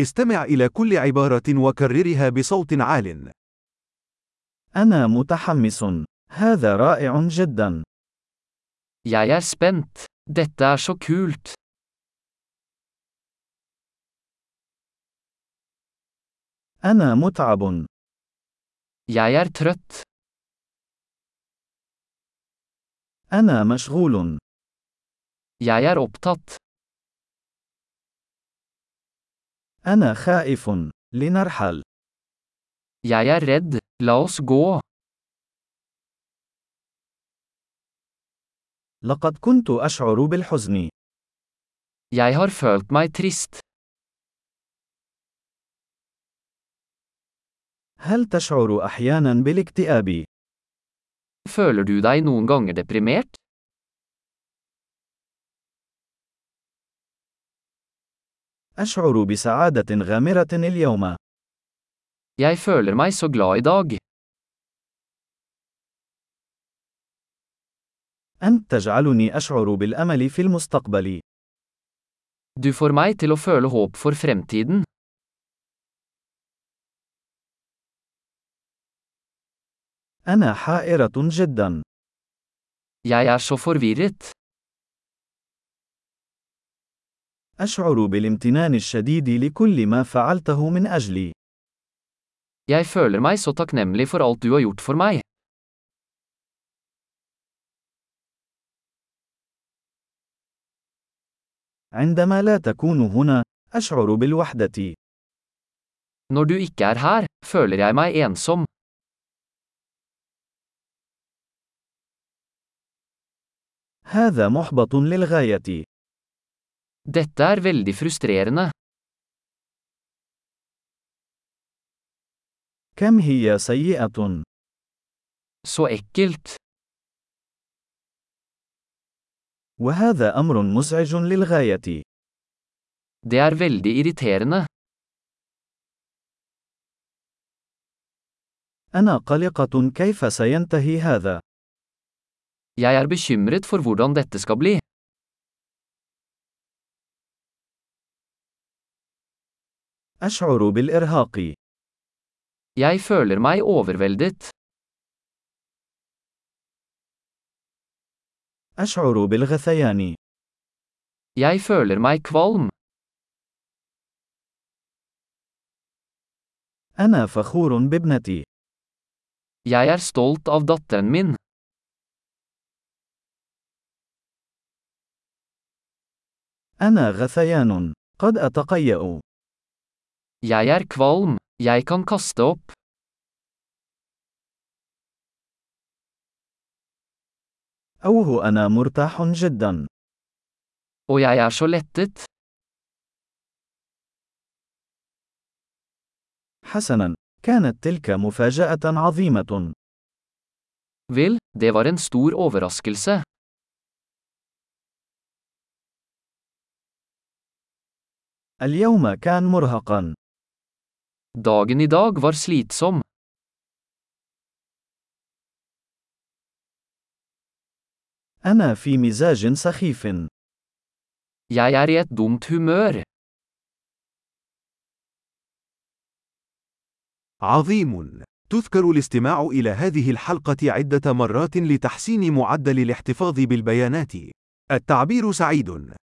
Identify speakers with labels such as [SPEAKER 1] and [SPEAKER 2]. [SPEAKER 1] استمع إلى كل عبارة وكررها بصوت عال.
[SPEAKER 2] أنا متحمس. هذا رائع جدا.
[SPEAKER 3] Jeg er spent. Dette er så kult.
[SPEAKER 2] أنا متعب.
[SPEAKER 3] Jeg er trøtt.
[SPEAKER 2] أنا مشغول.
[SPEAKER 3] Jeg er opptatt.
[SPEAKER 2] أنا خائف. لنرحل.
[SPEAKER 3] Jeg er redd. La oss gå.
[SPEAKER 2] لقد كنت أشعر بالحزن.
[SPEAKER 3] Jeg har følt meg trist.
[SPEAKER 2] هل تشعر أحيانا بالاكتئاب؟
[SPEAKER 3] Føler du deg noen ganger deprimert?
[SPEAKER 2] أشعر بسعادة غامرة اليوم.
[SPEAKER 3] Jeg føler meg så glad i dag.
[SPEAKER 2] أنت تجعلني أشعر بالأمل في المستقبل.
[SPEAKER 3] Du får meg til å føle håp for fremtiden.
[SPEAKER 2] أنا حائرة جدا.
[SPEAKER 3] Jeg er så forvirret.
[SPEAKER 2] أشعر بالامتنان الشديد لكل ما فعلته من أجلي.
[SPEAKER 3] Jeg føler meg så takknemlig for alt du har gjort for meg.
[SPEAKER 2] عندما لا تكون هنا، أشعر بالوحدة.
[SPEAKER 3] Når du ikke er her, føler jeg meg ensom.
[SPEAKER 2] هذا محبط للغاية.
[SPEAKER 3] Dette er veldig frustrerende.
[SPEAKER 2] كم هي سيئة.
[SPEAKER 3] Så ekkelt.
[SPEAKER 2] وهذا أمر مزعج للغاية.
[SPEAKER 3] Det er veldig irriterende.
[SPEAKER 2] أنا قلقة كيف سينتهي هذا.
[SPEAKER 3] Jeg er bekymret for hvordan dette skal bli.
[SPEAKER 2] أشعر بالإرهاق.
[SPEAKER 3] Jeg føler meg overveldet.
[SPEAKER 2] أشعر بالغثيان.
[SPEAKER 3] Jeg føler meg kvalm.
[SPEAKER 2] أنا فخور بابنتي.
[SPEAKER 3] Jeg er stolt av datteren min.
[SPEAKER 2] أنا غثيان. قد أتقيأ.
[SPEAKER 3] Jeg er kvalm. Jeg kan kaste opp.
[SPEAKER 2] أوه أنا مرتاح جدا.
[SPEAKER 3] Og jeg er så lettet.
[SPEAKER 2] حسنا، كانت تلك مفاجأة عظيمة.
[SPEAKER 3] Vel, det var en stor overraskelse.
[SPEAKER 2] اليوم كان مرهقا.
[SPEAKER 3] Dagen i dag var slitsom.
[SPEAKER 2] أنا في مزاج سخيف.
[SPEAKER 3] Jeg er i et dumt humør.
[SPEAKER 1] عظيم! تذكر الاستماع إلى هذه الحلقة عدة مرات لتحسين معدل الاحتفاظ بالبيانات. التعبير سعيد.